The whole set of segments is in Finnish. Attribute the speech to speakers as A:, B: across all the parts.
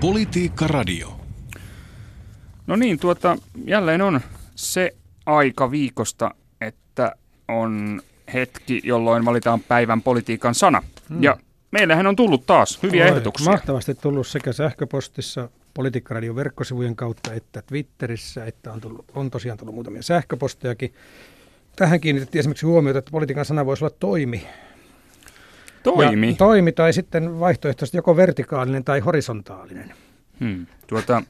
A: Politiikka Radio.
B: No niin, tuota, jälleen on se aika viikosta, että on hetki, jolloin valitaan päivän politiikan sana. Hmm. Ja meillähän on tullut taas hyviä Oi, ehdotuksia.
C: Mahtavasti tullut sekä sähköpostissa Politiikkaradion verkkosivujen kautta että Twitterissä, että on, tullut, on tosiaan tullut muutamia sähköpostejakin. Tähän kiinnitettiin esimerkiksi huomiota, että politiikan sana voisi olla toimi.
B: Toimi?
C: Ja toimi tai sitten vaihtoehtoisesti joko vertikaalinen tai horisontaalinen.
B: Hmm. Tuota,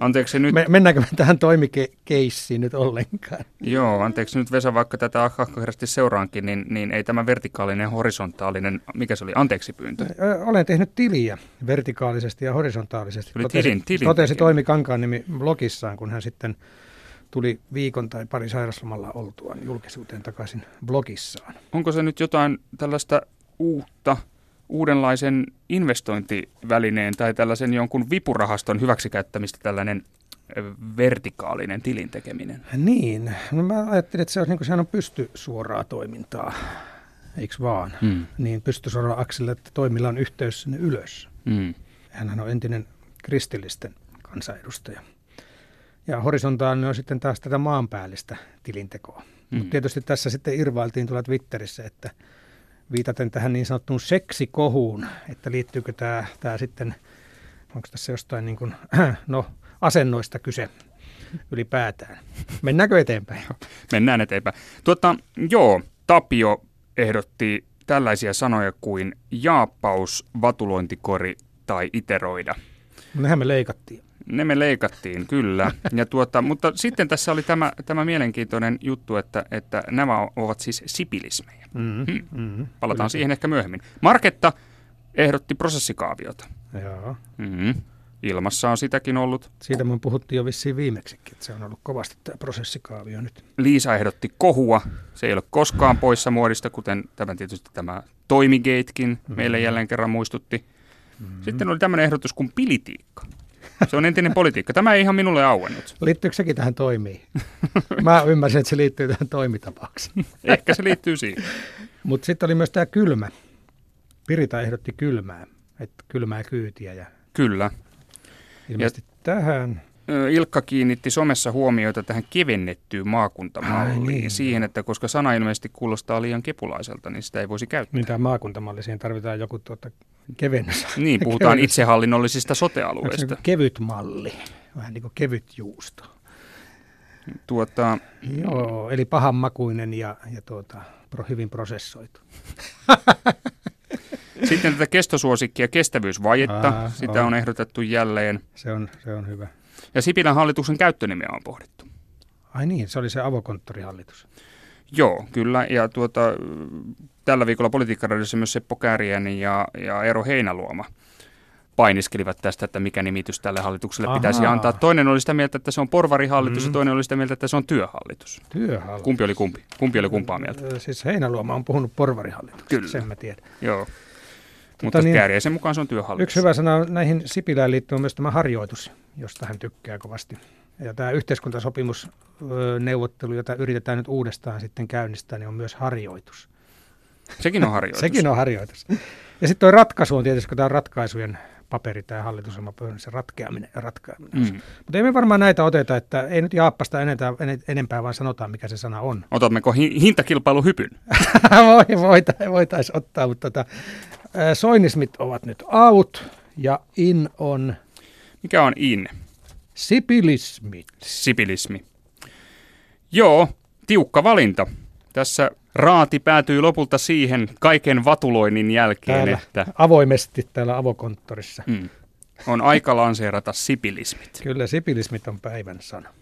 B: anteeksi nyt...
C: Me, mennäänkö me tähän toimikeissiin nyt ollenkaan?
B: Joo, anteeksi nyt Vesa, vaikka tätä ahkahkerasti seuraankin, niin, niin ei tämä vertikaalinen horisontaalinen, mikä se oli, anteeksi pyyntö?
C: Ö, olen tehnyt tiliä vertikaalisesti ja horisontaalisesti.
B: Eli totesi, tilin, tilin
C: totesi Toimi Kankaanniemi blogissaan, kun hän sitten tuli viikon tai pari sairaslomalla oltuaan julkisuuteen takaisin blogissaan.
B: Onko se nyt jotain tällaista uutta uudenlaisen investointivälineen tai tällaisen jonkun vipurahaston hyväksikäyttämistä tällainen vertikaalinen tilin tekeminen?
C: Niin, no mä ajattelin, että se on, niin kuin, sehän on pysty suoraa toimintaa, eikö vaan?
B: Hmm.
C: Mm. Niin pysty suoraan aksille, että toimilla on yhteys sinne ylös. Mm. Hänhän on entinen kristillisten kansanedustaja. Ja horisontaalinen on sitten taas tätä maanpäällistä tilintekoa. Mm. Mutta tietysti tässä sitten irvailtiin tuolla Twitterissä, että viitaten tähän niin sanottuun seksikohuun, että liittyykö tämä, tämä sitten, onko tässä jostain niin kuin, no, asennoista kyse ylipäätään. Mennäänkö eteenpäin?
B: Mennään eteenpäin. Tuota, joo, Tapio ehdotti tällaisia sanoja kuin jaappaus, vatulointikori tai iteroida.
C: Nehän me leikattiin.
B: Ne me leikattiin, kyllä. Ja tuota, mutta sitten tässä oli tämä, tämä mielenkiintoinen juttu, että, että nämä ovat siis sipilismejä. Mm-hmm. Hmm. Mm-hmm. Palataan kyllä. siihen ehkä myöhemmin. Marketta ehdotti prosessikaaviota.
C: Joo.
B: Mm-hmm. Ilmassa on sitäkin ollut.
C: Siitä me puhuttiin jo vissiin viimeksikin, että se on ollut kovasti tämä prosessikaavio nyt.
B: Liisa ehdotti kohua. Se ei ole koskaan poissa muodista, kuten tämä tietysti tämä toimigatekin mm-hmm. meille jälleen kerran muistutti. Mm-hmm. Sitten oli tämmöinen ehdotus kuin pilitiikka. Se on entinen politiikka. Tämä ei ihan minulle auennut.
C: Liittyykö sekin tähän toimii? Mä ymmärsin, että se liittyy tähän toimitapaukseen.
B: Ehkä se liittyy siihen.
C: Mutta sitten oli myös tämä kylmä. Pirita ehdotti kylmää, että kylmää kyytiä. Ja
B: Kyllä.
C: Ilmeisesti ja tähän.
B: Ilkka kiinnitti somessa huomioita tähän kevennettyyn maakuntamalliin. Ai, niin. Siihen, että koska sana ilmeisesti kuulostaa liian kepulaiselta, niin sitä ei voisi käyttää.
C: Niin tämä maakuntamalli, siihen tarvitaan joku tuota kevennys.
B: Niin, puhutaan kevennys. itsehallinnollisista sotealueista.
C: Se kevyt malli, vähän niin kuin kevyt juusto.
B: Tuota,
C: Joo, eli pahanmakuinen ja, ja tuota, hyvin prosessoitu.
B: Sitten tätä kestosuosikkia, kestävyysvajetta, Aa, sitä on. on ehdotettu jälleen.
C: Se on, se on hyvä.
B: Ja Sipilän hallituksen käyttönimeä on pohdittu.
C: Ai niin, se oli se avokonttorihallitus.
B: Joo, kyllä. Ja tuota, tällä viikolla politiikkaradiossa myös Seppo Kääriäinen ja, ja Eero Heinaluoma painiskelivat tästä, että mikä nimitys tälle hallitukselle Ahaa. pitäisi antaa. Toinen oli sitä mieltä, että se on porvarihallitus mm. ja toinen oli sitä mieltä, että se on työhallitus.
C: Työhallitus.
B: Kumpi oli kumpi? Kumpi oli kumpaa mieltä?
C: Siis Heinaluoma on puhunut porvarihallituksesta,
B: Kyllä.
C: sen mä tiedän.
B: Joo. Mutta niin, kääriäisen mukaan se on työhallitus.
C: Yksi hyvä sana näihin Sipilään liittyy on myös tämä harjoitus, josta hän tykkää kovasti. Ja tämä yhteiskuntasopimusneuvottelu, jota yritetään nyt uudestaan sitten käynnistää, niin on myös harjoitus.
B: Sekin on harjoitus.
C: Sekin on harjoitus. Ja sitten tuo ratkaisu on tietysti, kun tämä on ratkaisujen paperi, tämä hallitusohjelmapöydän, se ratkeaminen ja ratkeaminen. Mm. Mutta ei me varmaan näitä oteta, että ei nyt Jaappasta enentää, enempää, vaan sanotaan, mikä se sana on.
B: Otammeko hi- hintakilpailuhypyn?
C: Voi, voitaisiin voitais ottaa, mutta tota, soinismit ovat nyt out ja in on...
B: Mikä on in?
C: Sipilismi.
B: Sipilismi. Joo, tiukka valinta. Tässä raati päätyy lopulta siihen kaiken vatuloinnin jälkeen,
C: täällä,
B: että...
C: Avoimesti täällä avokonttorissa. Mm.
B: On aika lanseerata sipilismit.
C: Kyllä, sipilismit on päivän sana.